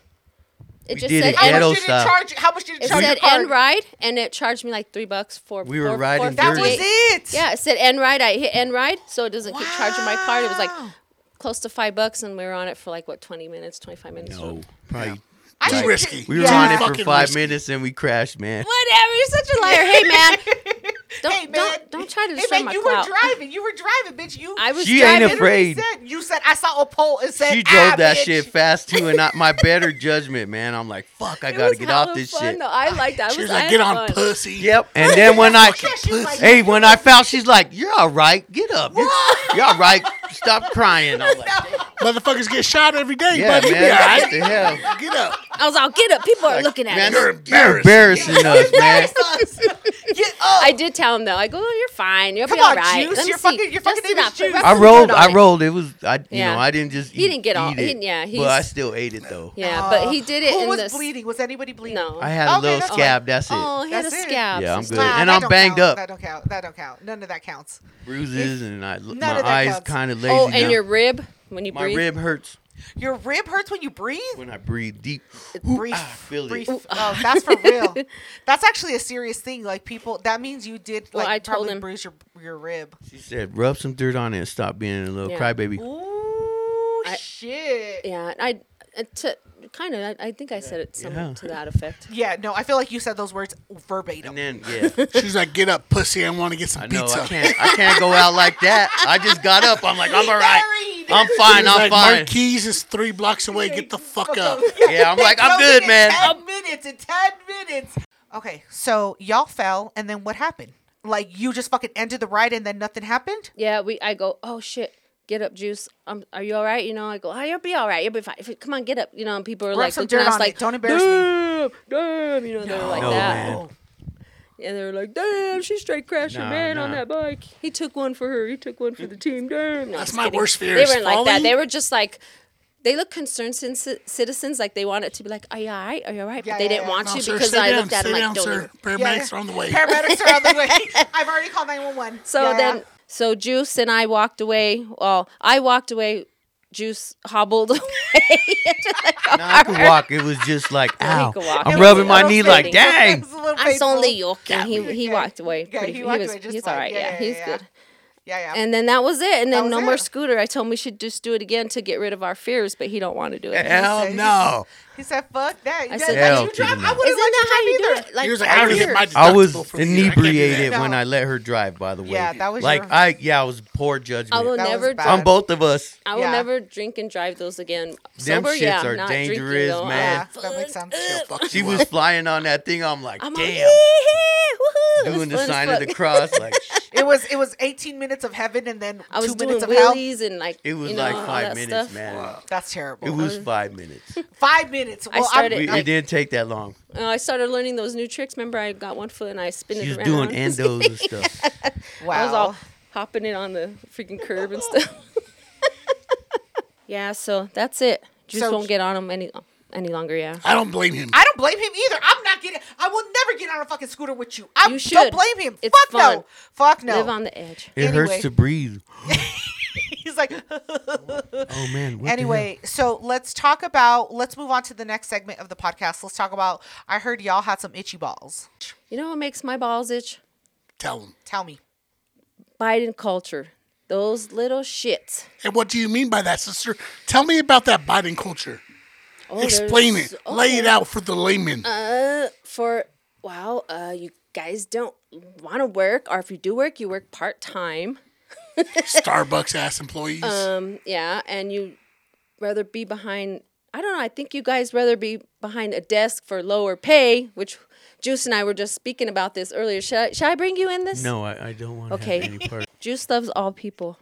S3: It
S4: We
S3: just
S4: did
S3: said
S4: it
S2: how
S3: end,
S4: ghetto
S2: much did it
S4: style.
S2: charge? How much did it
S3: it
S2: charge?
S3: said
S2: your card?
S3: end ride, and it charged me like three bucks for.
S4: We were
S3: for-
S4: riding
S3: for
S2: That was
S4: dirty.
S3: 58.
S2: it.
S3: Yeah, it said end ride. I hit end ride, so it doesn't keep charging my card. It was like
S2: Wow.
S3: close to five bucks, and we were on it for like what twenty minutes, twenty five minutes.
S4: No, probably.
S2: I
S1: Too
S2: should-
S1: risky.
S4: We were
S2: Yeah.
S4: on it for
S1: Fucking
S4: five
S1: risky.
S4: minutes and we crashed, man.
S3: Whatever, you're such a liar. Hey man, don't
S2: Hey, man.
S3: don't don't try to
S2: Hey,
S3: destroy
S2: man,
S3: my
S2: you
S3: clout.
S2: were driving. You were driving, bitch. You.
S3: I was
S4: She ain't
S3: driving.
S4: afraid.
S2: literally Said, you said I saw a pole and said
S4: She drove
S2: "Ah,
S4: that
S2: bitch."
S4: shit fast too, and I, my better judgment, man. I'm like, fuck, I
S3: It
S4: gotta
S3: was
S4: get off
S3: hella
S4: this
S3: fun,
S4: shit.
S3: Though. I liked that. I
S1: She
S3: was
S1: was
S3: I
S1: like,
S3: had
S1: "Get on,
S3: fun.
S1: pussy."
S4: Yep. And then when I,
S2: Yeah, she was like,
S4: hey, when I fell, she's like, "You're all right. Get up. You're, you're all right. Stop crying." I'm like,
S1: Motherfuckers get shot every day,
S4: "Yeah,
S1: buddy. You be all
S4: man. What
S1: right.
S4: the hell?
S1: Get up.
S3: I was all get up. People are looking at us.
S4: man,
S1: You're
S4: You're
S1: embarrassed.
S4: embarrassing us, man."
S2: Get up.
S3: I did tell him though. I go, oh, you're fine. You'll
S2: Come
S3: be all
S2: on,
S3: right.
S2: Juice.
S3: Let me
S2: Your
S3: see.
S2: fucking- your fucking
S3: Just
S2: name is
S3: enough. Put
S2: Juice.
S3: back
S4: I
S3: some
S4: rolled.
S3: food on
S4: I
S3: it.
S4: rolled. It was. I. You
S3: Yeah.
S4: know. I didn't just.
S3: He
S4: eat-
S3: didn't get all-
S4: eat
S3: he
S4: it,
S3: didn't- yeah,
S4: But I
S3: he's-
S4: still ate it though.
S3: Yeah, but
S4: Uh,
S3: he did it
S2: Who
S3: in
S2: was
S3: the s-
S2: bleeding? Was anybody bleeding?
S3: No.
S4: I had a
S2: Okay,
S4: little
S2: that's fine.
S4: scab. That's it.
S3: Oh, he had a
S2: That's it.
S3: scab.
S4: Yeah, I'm
S3: So
S4: good.
S3: sorry.
S2: Nah,
S4: And
S2: that
S4: I'm
S2: don't
S4: banged
S2: count.
S4: up.
S2: That don't count. That don't count. None of that counts.
S4: Bruises and I.
S2: of
S4: My
S2: that
S4: eyes
S2: counts.
S4: kind of lazy.
S3: Oh, and
S4: now.
S3: your rib when you
S4: My
S3: breathe.
S4: rib hurts
S2: Your rib hurts when you breathe.
S4: when I breathe deep. Ooh,
S2: Brief,
S4: ah, I feel it.
S2: brief. Oh, that's for real. That's actually a serious thing. Like people, that means you did like
S3: Well, I told
S2: probably
S3: him.
S2: bruise your your rib.
S4: She said, "Rub some dirt on it and stop being a little
S3: Yeah.
S4: crybaby."
S2: Ooh, shit.
S3: Yeah, I uh, to, kind of. I, I think I said it some,
S4: Yeah.
S3: to that effect.
S2: Yeah, no, I feel like you said those words verbatim.
S4: And then, yeah,
S1: She's like, get up, pussy. I want to get
S4: I
S1: some
S4: know
S1: pizza.
S4: I can't. I can't go out like that. I just got up. I'm like, I'm all right.
S2: Married.
S4: I'm
S1: She
S4: fine.
S1: was like,
S4: I'm fine.
S1: Marquise is three blocks away. Get the fuck up.
S4: Yeah, I'm like, I'm
S2: Tell me
S4: good,
S2: in
S4: man.
S2: Ten minutes in ten minutes. Okay, so y'all fell, and then what happened? Like you just fucking ended the ride, and then nothing happened.
S3: Yeah, we. I go. Oh shit. Get up, juice. Um, are you all right? You know, I go. Oh, you'll be all right. You'll be fine. If- Come on, get up. You know, and people are
S2: Rub
S3: like
S2: some
S3: looking at
S2: dirt
S3: us
S2: on
S3: like,
S2: it. Don't embarrass me.
S3: damn, damn. You know, they're like
S4: No,
S3: that.
S2: Oh,
S4: man.
S3: And they were like, damn, she straight crashed her
S4: Nah,
S3: man on
S4: nah.
S3: that bike. He took one for her. He took one for the team. Damn. No,
S1: That's
S3: just
S1: my
S3: kidding.
S1: worst fear
S3: They
S1: is
S3: weren't like that.
S1: falling.
S3: They were just like, they look concerned cin- ci- citizens. Like they wanted to be like, are you all right? Are you all right?
S2: Yeah,
S3: but they
S2: yeah,
S3: didn't
S2: yeah.
S3: want
S1: No,
S3: to
S1: sir,
S3: because
S1: sit
S3: I
S1: down,
S3: looked at
S1: sit
S3: him like,
S1: down,
S3: don't.
S1: sir.
S3: even-"
S1: Paramedics
S2: yeah.
S1: are on the way.
S2: Paramedics are on the way. I've already called nine one one.
S3: So then, so Juice and I walked away. Well, I walked away. Juice hobbled away.
S4: Nah, I could walk. It was just like,
S3: he
S4: ow.
S3: could walk. It
S4: I'm
S3: was
S4: rubbing
S3: a
S4: my
S3: little
S4: knee like,
S3: fading.
S4: dang.
S3: I was only joking. He he
S2: Yeah.
S3: walked away.
S2: Yeah,
S3: Pretty,
S2: he
S3: he,
S2: walked
S3: was
S2: away just
S3: he's
S2: like,
S3: all right.
S2: yeah,
S3: Yeah,
S2: yeah,
S3: he's
S2: yeah.
S3: good.
S2: Yeah, yeah.
S3: And then that was it. And then
S2: was
S3: no more
S2: it.
S3: scooter. I told him we should just do it again to get rid of our fears, but he don't want to do it.
S4: Hell
S2: said-
S4: no.
S2: he said, "Fuck that." I
S3: said,
S4: Hell
S2: you
S4: to
S2: drive.
S4: the
S2: I
S4: no.
S2: wouldn't let you
S3: Isn't that how
S2: drive
S3: you do
S2: either.
S3: it? Like,
S1: He was like, I already hit my deductible
S4: I was
S1: for the year. I can't do
S4: inebriated
S1: that.
S4: when
S2: No.
S4: I let her drive, by the way.
S2: Yeah, that was
S4: like,
S2: your-
S4: I, yeah, I was poor
S3: I will
S4: judgment
S2: That was
S3: never.
S2: bad.
S3: dri-
S4: on both of us.
S3: I will
S2: Yeah.
S3: never drink and drive those again.
S4: Them
S3: Sober,
S4: shits
S3: yeah,
S4: are
S3: not
S4: dangerous,
S3: drinking, though.
S4: man.
S2: Yeah, that makes sense.
S1: She'll fuck
S4: She
S1: you
S4: was
S1: up.
S4: flying on that thing. I'm like,
S3: I'm all,
S4: damn.
S3: "Yeah, woohoo." It was
S4: Doing the
S3: fun as
S4: sign of
S3: fuck.
S4: the cross. Like,
S2: It was it was 18 minutes of heaven and then
S3: I
S2: two
S3: was doing
S2: minutes of hell.
S3: wheelies and like
S4: it was
S3: you know,
S4: like
S3: all
S4: five
S3: that
S4: minutes,
S3: stuff.
S4: man.
S2: That's terrible.
S4: It was five minutes.
S2: Five minutes. Well,
S3: started-
S4: We,
S2: I'm,
S3: I-
S4: it didn't take that long.
S3: Uh, I started learning those new tricks. Remember, I got one foot and I spin
S4: She
S3: it
S4: was
S3: around.
S4: doing endos and stuff.
S2: wow.
S3: I was all hopping it on the freaking curb and stuff. yeah, so that's it. Juice
S2: So-
S3: won't get on them any any longer. Yeah,
S1: I don't blame him.
S2: I don't blame him either. I'm not getting. I will never get on a fucking scooter with you. I
S3: You
S2: don't
S3: should.
S2: blame him.
S3: It's
S2: Fuck no.
S3: fun.
S2: Fuck no.
S3: live on the edge.
S4: It
S2: Anyway.
S4: hurts to breathe.
S2: He's He's like,
S4: Oh man. what the
S2: anyway, so let's talk about, let's move on to the next segment of the podcast. Let's talk about, I heard y'all had some itchy balls.
S3: You know what makes my balls itch?
S1: Tell them.
S2: Tell me.
S3: Biden culture. Those little shits.
S1: And what do you mean by that, sister? Tell me about that Biden culture.
S3: Oh, they're
S1: Explain it.
S3: so-
S1: Lay it out for the layman.
S3: Uh, for wow, uh, you guys don't want to work, or if you do work, you work part time.
S1: Starbucks ass employees.
S3: Um, yeah, and you rather be behind. I don't know. I think you guys rather be behind a desk for lower pay, which Juice and I were just speaking about this earlier. Should I, should I bring you in this?
S4: hell? No, I, I don't want to
S3: Okay.
S4: have any part.
S3: Juice loves all people.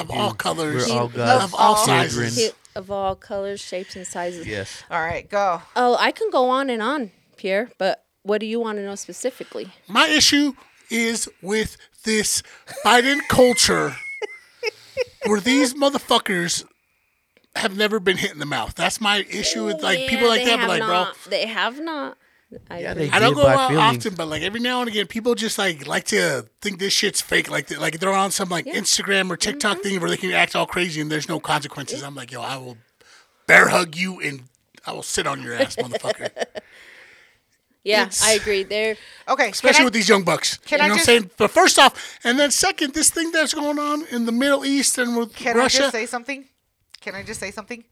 S1: of all colors.
S4: We're all
S1: of
S4: God's
S1: all
S4: children.
S1: sizes.
S3: He- of all colors, shapes, and sizes.
S4: Yes.
S2: All right, go.
S3: Oh, I can go on and on, Pierre. But what do you want to know specifically?
S1: My issue is with this Biden culture where these motherfuckers have never been hit in the mouth. That's my issue
S2: Oh,
S1: with like people
S3: Yeah,
S1: like
S3: they
S1: that, but
S3: have
S1: like, bro.
S3: not- They have not. I
S4: Yeah,
S3: agree.
S4: they
S1: I don't
S4: did
S1: go
S4: by
S1: out
S4: feelings.
S1: often, but like every now and again, people just like like to think this shit's fake. Like they- like they're on some like Instagram or TikTok
S2: Mm-hmm.
S1: thing where they can act all crazy and there's no consequences. I'm like, yo, I will bear hug you and I will sit on your ass, motherfucker.
S3: yeah,
S1: it's-
S3: I agree. They're
S2: Okay. can
S1: especially
S2: I-
S1: with these young bucks.
S2: can
S1: you
S2: I
S1: know
S2: just-
S1: what I'm saying? But first off, and then second, this thing that's going on in the Middle East and with
S2: Can I
S1: Russia.
S2: just say something? Can I just say something?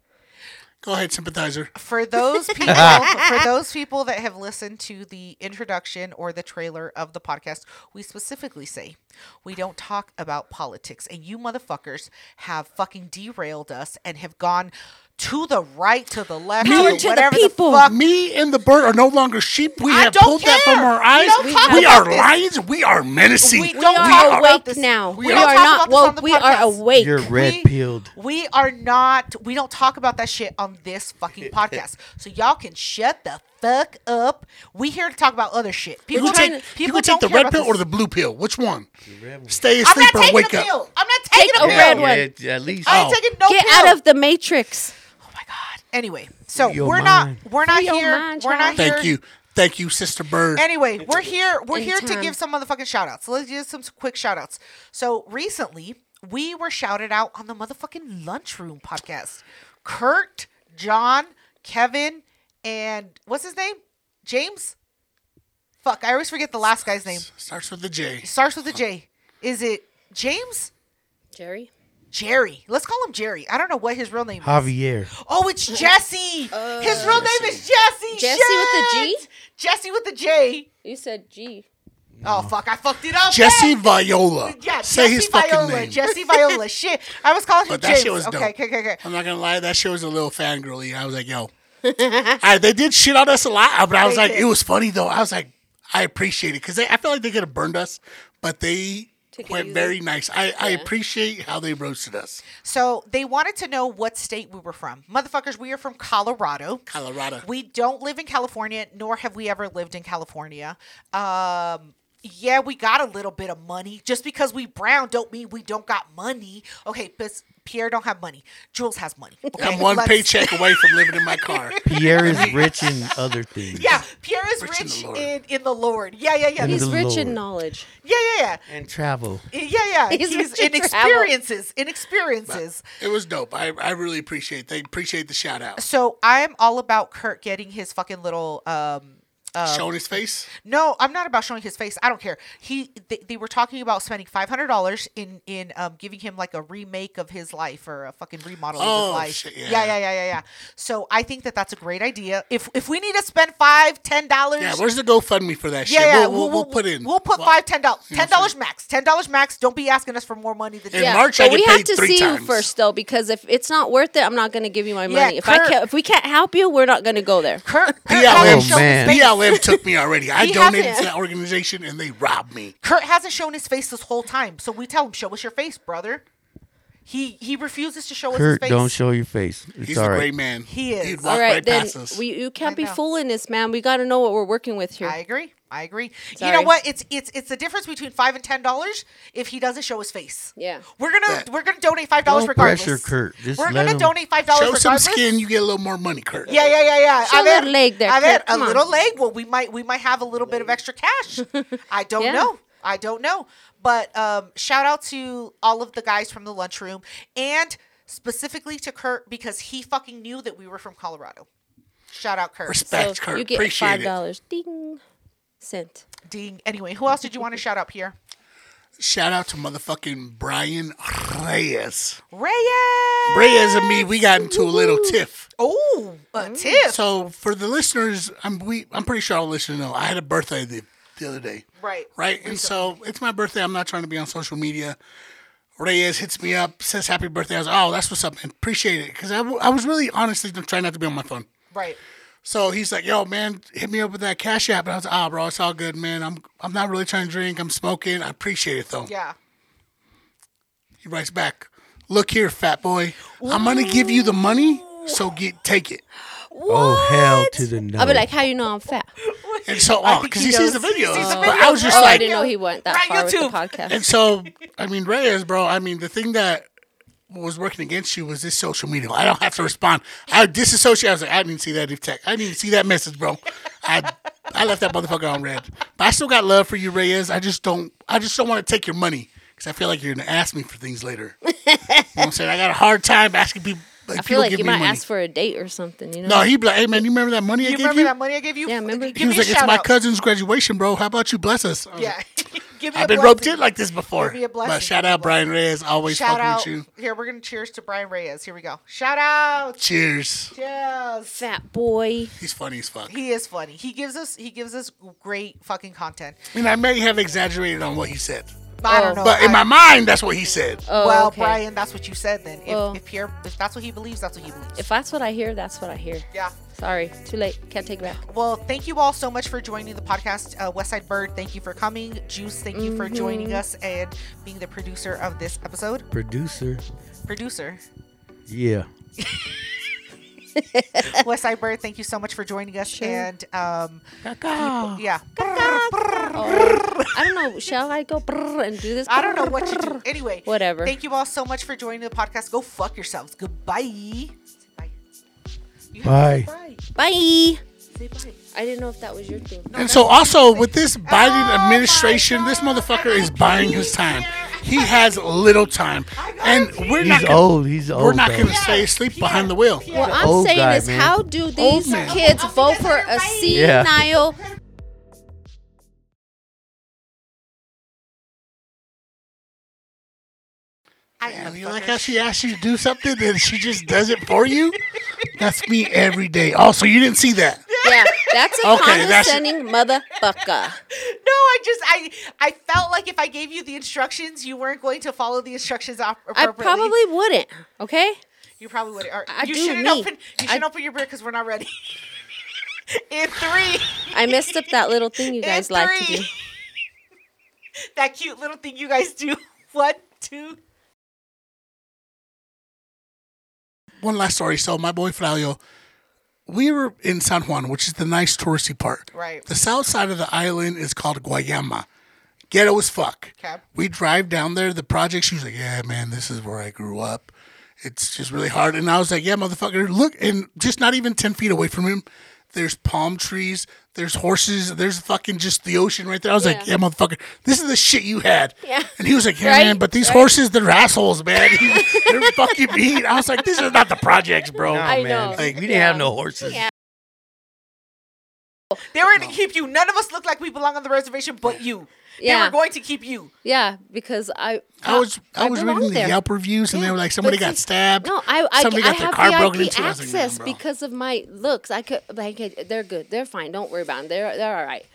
S1: Go ahead, sympathizer.
S2: For those people, for those people that have listened to the introduction or the trailer of the podcast, we specifically say we don't talk about politics, and you motherfuckers have fucking derailed us and have gone to the right, to the left,
S3: Power
S2: to
S3: to the
S2: whatever the,
S3: people.
S2: fuck.
S1: Me and the bird are no longer sheep. We
S2: Uh, I
S1: have
S2: don't
S1: pulled that from
S2: care.
S1: our
S2: We
S1: eyes.
S2: don't
S1: We,
S2: talk about
S1: are
S2: this.
S1: lions. We are menacing.
S2: We
S3: we
S2: don't talk
S3: are
S2: about
S3: awake
S2: this.
S3: now.
S2: We
S3: We,
S2: don't
S3: are
S2: talk
S3: not
S2: about this on
S3: woke.
S2: the
S3: We are
S2: podcast.
S3: awake.
S4: You're red
S2: we,
S4: peeled.
S2: We are not. We don't talk about that shit on this fucking podcast. So y'all can shut the fuck up. We here to talk about other shit.
S1: You
S2: People
S1: can
S2: trying
S1: take,
S2: to,
S1: you can
S2: people
S1: take
S2: don't
S1: the
S2: care
S1: red
S2: about
S1: pill
S2: this.
S1: or the blue pill. Which one?
S4: red one.
S1: Stay
S2: I'm
S1: asleep
S2: not
S1: or
S2: taking
S1: wake
S2: a
S1: up.
S2: pill. I'm not taking
S3: Take
S2: a
S3: a
S2: pill.
S3: red one.
S4: at- At least.
S2: I ain't
S1: Oh.
S2: taking no
S3: Get
S2: pill.
S3: out of the matrix.
S2: Oh my god. Anyway, so
S4: Free your
S2: we're
S4: mind.
S2: not. We're not
S3: Free your
S2: here.
S3: mind,
S2: we're not
S3: child.
S2: here.
S1: Thank you. Thank you, Sister Bird.
S2: Anyway, we're here. We're here to
S3: Anytime.
S2: give some motherfucking shout outs. Let's give some quick shout outs. So recently, we were shouted out on the motherfucking lunchroom podcast. Kurt, John, Kevin, and what's his name? James? Fuck, I always forget the last guy's name.
S1: Starts with the J.
S2: Starts with a J. Is it James?
S3: Jerry.
S2: Jerry. Let's call him Jerry. I don't know what his real name is.
S4: Javier.
S2: Oh, it's Jesse. His real name is Jesse.
S3: Uh, Jesse with a G?
S2: Shit. Jesse with a J.
S3: You said G.
S2: Oh fuck, I fucked it
S1: Mm.
S2: up.
S1: Jesse
S2: man.
S1: Viola.
S2: Yeah,
S1: Say
S2: Jesse
S1: his
S2: Viola.
S1: fucking name.
S2: Jesse Viola. Shit, I was calling him
S1: But that
S2: James.
S1: shit was
S2: okay,
S1: dope.
S2: okay, okay, okay.
S1: I'm not gonna lie, that shit was a little fangirly. I was like, yo, I, they did shit on us a lot, but I was
S2: They
S1: like,
S2: did.
S1: it was funny though. I was like, I appreciate it because I feel like they could have burned us, but they
S3: Took it
S1: went
S3: easy.
S1: very nice. I, I appreciate how they roasted us,
S2: So they wanted to know what state we were from. Motherfuckers, we are from Colorado.
S1: Colorado.
S2: We don't live in California, nor have we ever lived in California. Um, yeah, we got a little bit of money. Just because we brown don't mean we don't got money. Okay, but Pierre don't have money. Jules has money. Okay?
S1: I'm one
S2: Let's-
S1: paycheck away from living in my car.
S4: Pierre is rich in other things.
S2: Yeah, Pierre is
S1: Rich in the
S2: rich,
S1: Lord.
S2: in, in the Lord. Yeah, yeah, yeah.
S4: In
S3: He's
S4: the
S3: rich
S4: Lord.
S3: in knowledge.
S2: yeah, yeah, yeah.
S4: And travel.
S2: Yeah, yeah.
S3: He's
S2: He's,
S3: Richard
S2: in
S3: Travel.
S2: experiences. In experiences.
S1: It was dope. I, I really appreciate. They appreciate the shout out.
S2: So I'm all about Kurt getting his fucking little. um
S1: Showing his face.
S2: No, I'm not about showing his face. I don't care. He they, they were talking about spending five hundred dollars in in um giving him like a remake of his life or a fucking remodel of
S1: Oh,
S2: his life.
S1: shit,
S2: yeah,
S1: yeah.
S2: yeah, yeah, yeah, yeah. So I think that that's a great idea. If if we need to spend five ten dollars,
S1: Yeah, where's the GoFundMe for that
S2: yeah,
S1: shit?
S2: yeah,
S1: we'll, we'll, we'll put in.
S2: We'll put
S1: Well,
S2: five ten dollars
S1: You know
S2: ten
S1: what I'm
S2: dollars max ten dollars max. Don't be asking us for more money than
S1: In March, I get
S3: But we have
S1: paid
S3: to
S1: three
S3: see
S1: times.
S3: you first though, because if it's not worth it, I'm not going to give you my
S2: Yeah,
S3: money. if I
S2: Kurt-
S3: can't, if we can't help you, we're not going to go there.
S2: Kurt, Kurt
S1: Yeah,
S2: hasn't
S1: oh,
S2: shown his
S4: man.
S2: face.
S1: BLM took me already. I
S2: He
S1: donated
S2: hasn't.
S1: to that organization and they robbed me.
S2: Kurt hasn't shown his face this whole time, so we tell him, "Show us your face, brother." He he refuses to show us his
S4: Kurt,
S2: face.
S4: don't show your face. It's
S1: He's
S4: all
S1: a
S4: right.
S1: great man.
S2: He is.
S1: He'd walk
S3: All right,
S1: right
S3: then
S1: past us.
S3: we, you
S2: I
S3: can't be
S2: know.
S3: fooling this, man. We got to know what we're working with here.
S2: I agree. I agree. You know
S3: Sorry.
S2: what? It's it's it's the difference between five and ten dollars if he doesn't show his face.
S3: Yeah.
S2: we're gonna
S1: That-
S2: we're gonna donate five dollars
S4: Don't
S2: regardless.
S4: pressure Kurt. Just
S2: we're
S4: let
S2: gonna
S4: him-
S2: donate five dollars
S1: Show some
S2: regardless.
S1: skin, you get a little more money, Kurt.
S2: Yeah, yeah, yeah, yeah.
S3: Show a little leg there,
S2: I bet
S3: Kurt.
S2: a
S3: Come on.
S2: little leg. Well, we might we might have a little bit of extra cash. I don't
S3: Yeah.
S2: know. I don't know. But um, shout out to all of the guys from the lunchroom and specifically to Kurt because he fucking knew that we were from Colorado. Shout out Kurt.
S1: Respect, Kurt.
S3: you get
S1: Appreciate
S3: five
S1: it.
S3: dollars. Ding. Cent.
S2: Ding. Anyway, who else did you want to shout out here?
S1: Shout out to motherfucking Brian Reyes.
S2: Reyes.
S1: Reyes and me, we got into a little tiff.
S2: Oh, a
S3: Mm.
S2: tip.
S1: So for the listeners, I'm we I'm pretty sure all listeners know I had a birthday the, the other day.
S2: Right.
S1: Right. And so it's my birthday. I'm not trying to be on social media. Reyes hits me up, says happy birthday. I was oh, that's what's up, man. Appreciate it. Because I, w- I was really honestly trying not to be on my phone.
S2: Right.
S1: So he's like, "Yo, man, hit me up with that Cash App." And I was like, "Ah, bro, it's all good, man. I'm I'm not really trying to drink. I'm smoking. I appreciate it though."
S2: Yeah.
S1: He writes back, "Look here, fat boy. I'm gonna give you the money, so get take it."
S4: Oh, hell to the
S3: I'll be
S4: no.
S3: like, how you know I'm fat?
S1: And so, oh,
S2: think
S1: because
S2: he
S1: he, sees the
S2: knows.
S1: video.
S2: He sees the
S1: But
S2: video.
S1: I was just
S3: oh, I
S1: like,
S3: didn't know he went that
S2: Right,
S3: far
S2: YouTube.
S3: with the podcast.
S1: and so, I mean, Reyes, bro. I mean, the thing that was working against you was this social media. I don't have to respond. I disassociate. I was like, I didn't see that text. I didn't see that message, bro. I I left that motherfucker on red. But I still got love for you, Reyes. I just don't. I just don't want to take your money because I feel like you're gonna ask me for things later. you know what I'm saying I got a hard time asking people. Like,
S3: I feel like
S1: give
S3: you
S1: me
S3: might
S1: money.
S3: ask for a date or something, you know?
S1: No, he'd be like, "Hey man, you remember that money I
S2: You
S1: gave
S2: remember
S1: you?"
S2: that money I gave you?
S3: Yeah, remember-
S1: he
S2: Give
S1: was
S2: me a
S1: like, "It's
S2: shout
S1: my
S2: out.
S1: cousin's graduation, bro. How about you bless us?" I was like,
S2: Yeah. Give me a
S1: I've been
S2: blessing.
S1: roped in like this before.
S2: Give me a blessing.
S1: But shout out Brian Reyes, always
S2: Shout
S1: fucking
S2: out.
S1: with you.
S2: Here, we're going to cheers to Brian Reyes. Here we go. Shout out.
S1: Cheers.
S2: Cheers.
S3: Fat boy.
S1: He's funny as fuck.
S2: He is funny. He gives us he gives us great fucking content.
S1: And I may have exaggerated on what he said,
S2: But I don't know.
S1: Oh, but in
S2: Oh,
S1: my
S2: I-
S1: mind, that's what he said.
S3: Oh,
S2: well,
S3: okay.
S2: Brian, that's what you said then. If,
S1: Oh.
S3: Well-
S2: if Pierre, if that's what he believes, that's what he believes.
S3: If that's what I hear, that's what I hear.
S2: yeah.
S3: Sorry, too late. Can't take it back.
S2: Well, thank you all so much for joining the podcast. Uh, Westside Bird, thank you for coming. Juice, thank you for joining
S1: Mm-hmm.
S2: us and being the producer of this episode.
S4: Producer.
S2: Producer.
S4: Yeah.
S2: Westside Bird, thank you so much for joining us.
S3: Sure.
S2: And um,
S1: Caca.
S2: yeah.
S3: Oh, I don't know. Shall I go brrr and do this?
S2: I don't know what to do. Anyway,
S3: Whatever.
S2: Thank you all so much for joining the podcast. Go fuck yourselves. Goodbye. Say bye. You have to say
S3: Bye.
S2: Bye. Say bye.
S3: I didn't know if that was your thing.
S1: And so, also with this
S2: Oh,
S1: Biden administration, this motherfucker is buying his time. He has little time, and we're not
S4: He's
S1: gonna,
S4: old. He's old.
S1: we're not going
S4: though.
S1: to stay asleep behind the wheel.
S3: What I'm
S4: old
S3: saying
S4: guy,
S3: is,
S4: man.
S3: how do these
S1: man.
S3: kids vote for a
S4: Yeah.
S3: senile?
S2: I
S1: And
S2: am
S1: you like
S2: fucker.
S1: how she asks you to do something and she just does it for you? That's me every day. Also, you didn't see that.
S3: Yeah, that's a
S1: Okay, that's-
S3: condescending motherfucker.
S2: No, I just I I felt like if I gave you the instructions, you weren't going to follow the instructions op-
S3: I
S2: appropriately.
S3: probably wouldn't. Okay.
S2: you probably would. Or
S3: I
S2: you
S3: do
S2: shouldn't
S3: me.
S2: open. You
S3: I-
S2: shouldn't open your beer because we're not ready. In three,
S3: I messed up that little thing you guys
S2: in
S3: like to
S2: three.
S3: do.
S2: that cute little thing you guys do. One, two.
S1: One last story. So, my boy Flavio, we were in San Juan, which is the nice touristy part.
S2: Right.
S1: The south side of the island is called Guayama. Ghetto as fuck.
S2: Okay.
S1: We drive down there. The project, she was like, Yeah, man, this is where I grew up. It's just really hard. And I was like, Yeah, motherfucker, look. And just not even 10 feet away from him, there's palm trees, there's horses, there's fucking just the ocean right there. I was like,
S3: Yeah.
S1: Yeah, motherfucker, this is the shit you had.
S3: Yeah.
S1: And he was like, Yeah,
S3: Right,
S1: man, but these
S3: right.
S1: horses, they're assholes, man. they're fucking mean. I was like, This is not the projects, bro.
S4: No,
S3: I know.
S4: man. Like, we didn't
S3: Yeah.
S4: have no horses.
S3: Yeah.
S2: They were going to keep you. None of us look like we belong on the reservation, but you. They
S3: Yeah.
S2: were going to keep you.
S3: Yeah, because I
S1: I was I, was
S3: belong
S1: reading the
S3: there.
S1: Yelp reviews and they
S3: Yeah,
S1: were like somebody
S3: but
S1: got
S3: see-
S1: stabbed.
S3: No, I I,
S1: somebody
S3: I
S1: got their
S3: have
S1: car
S3: VIP
S1: broken into. I was like, "Nah,
S3: access
S1: bro."
S3: because of my looks. I could like they're good. They're fine. Don't worry about them. They're they're all right.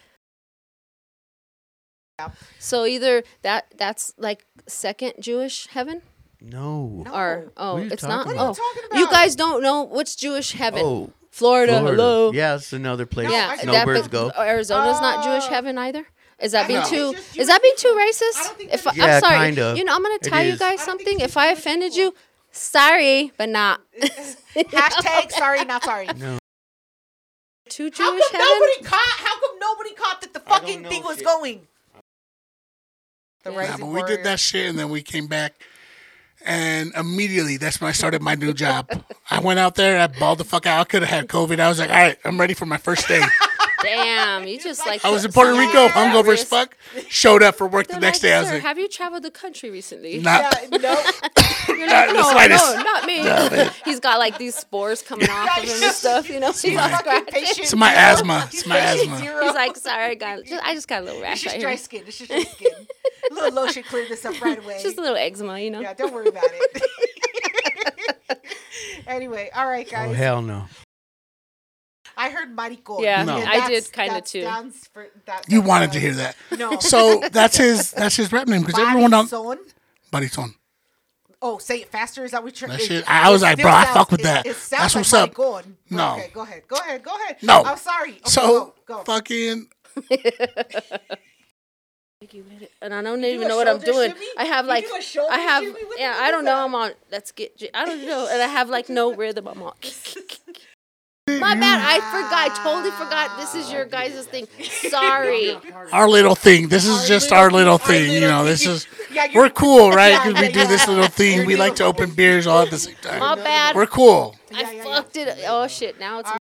S2: Yeah.
S3: So either that that's like second Jewish heaven
S4: No.
S3: or oh
S4: What are you
S3: it's not
S4: talking
S3: oh
S4: about?
S2: What are you talking
S3: you
S2: about?
S3: guys don't know what's Jewish heaven
S4: Oh.
S3: Florida,
S4: Florida.
S3: hello
S4: Yeah, it's another place.
S2: No,
S3: yeah
S2: I-
S3: that, oh,
S4: Snowbirds
S3: but
S4: go.
S3: Arizona's not Jewish
S2: Oh.
S3: heaven either is that being
S1: No.
S3: too
S2: It's just
S3: is that being too
S2: I don't
S3: racist
S2: think
S3: if I,
S2: that
S4: is. Yeah,
S3: I'm sorry
S4: kind of.
S3: you know I'm gonna
S4: It
S3: tell you
S4: is.
S3: guys
S2: I don't think
S3: something
S2: it's
S3: if I
S2: just
S3: offended
S2: people.
S3: you sorry but not
S2: Hashtag sorry, not sorry.
S4: No.
S3: too Jewish
S2: How come
S3: heaven
S2: nobody caught? How come nobody caught that the
S4: don't
S2: fucking
S4: know
S2: thing was
S4: shit.
S2: going? The
S3: Yeah,
S1: Yeah,
S2: rising
S1: but we did
S2: warrior.
S1: that shit and then we came back. And immediately, that's when I started my new job. I went out there, I balled the fuck out. I could have had COVID. I was like, all right, I'm ready for my first day.
S3: Damn, you just like
S1: I was in Puerto
S3: slapped
S1: Rico,
S3: your
S1: hungover as
S3: wrist.
S1: fuck. Showed up for work
S3: They're
S1: the next
S3: like,
S1: day. I was
S3: "Sir,
S1: like,
S3: have you traveled the country recently?
S1: not
S2: Yeah, no.
S3: You're like,
S1: the
S3: no,
S1: slightest.
S3: no, not me. He's got like these spores coming off of him and stuff, you know. He's all
S2: Fucking
S3: scratched.
S2: patient.
S1: it's my
S2: zero.
S1: asthma. It's my
S2: Patient
S1: asthma.
S2: zero.
S3: He's like, sorry, I got, just, I just got a little
S2: it's
S3: rash
S2: just
S3: right
S2: dry
S3: here.
S2: skin. It's just dry skin. a little lotion clear this up right away.
S3: It's just a little eczema, you know.
S2: yeah, don't worry about it. anyway, all right, guys.
S4: Oh hell no.
S2: I heard maricon.
S3: Yeah,
S2: and
S1: No. I
S2: that's-
S3: did kinda
S2: that
S3: too.
S2: stands for- that-
S1: You
S2: that
S1: wanted to
S2: stands-
S1: hear that.
S2: No.
S1: So that's his that's his rap name because everyone on
S2: Maricon?
S1: Barison.
S2: Oh, say it faster. Is that what you're?
S1: That
S2: it-
S1: shit- I was
S2: it
S1: like,
S2: still
S1: bro, I
S2: sounds-
S1: fuck with
S2: it-
S1: that.
S2: It,
S1: That's
S2: sounds like
S1: what's up.
S2: Maricon, but
S1: No.
S2: Okay, go ahead. Go ahead. Go ahead.
S1: No.
S2: I'm sorry. Okay,
S1: So
S2: Oh, go. go.
S1: fucking
S3: And I don't even
S2: do a
S3: know what I'm
S2: shoulder
S3: doing.
S2: shimmy?
S3: I have
S2: You
S3: like,
S2: do a shoulder
S3: I have,
S2: shimmy with it?
S3: yeah,
S2: What
S3: I
S2: is
S3: don't know.
S2: that?
S3: I'm on. Let's get, j- I don't know, and I have like no rhythm. I'm on. My bad, I forgot. I totally forgot. This is your guys' thing. Sorry.
S1: our little thing. This is just our little
S2: our
S1: thing. You
S2: little
S1: know,
S2: thing.
S1: this is
S2: Yeah, you're-
S1: we're cool, right? Because
S2: yeah,
S1: we do this
S2: yeah.
S1: little thing.
S2: You're
S1: We like to
S2: doing-
S1: open beers all at the same
S3: My
S1: time.
S3: bad.
S1: We're cool.
S3: I fucked it. Oh shit! Now it's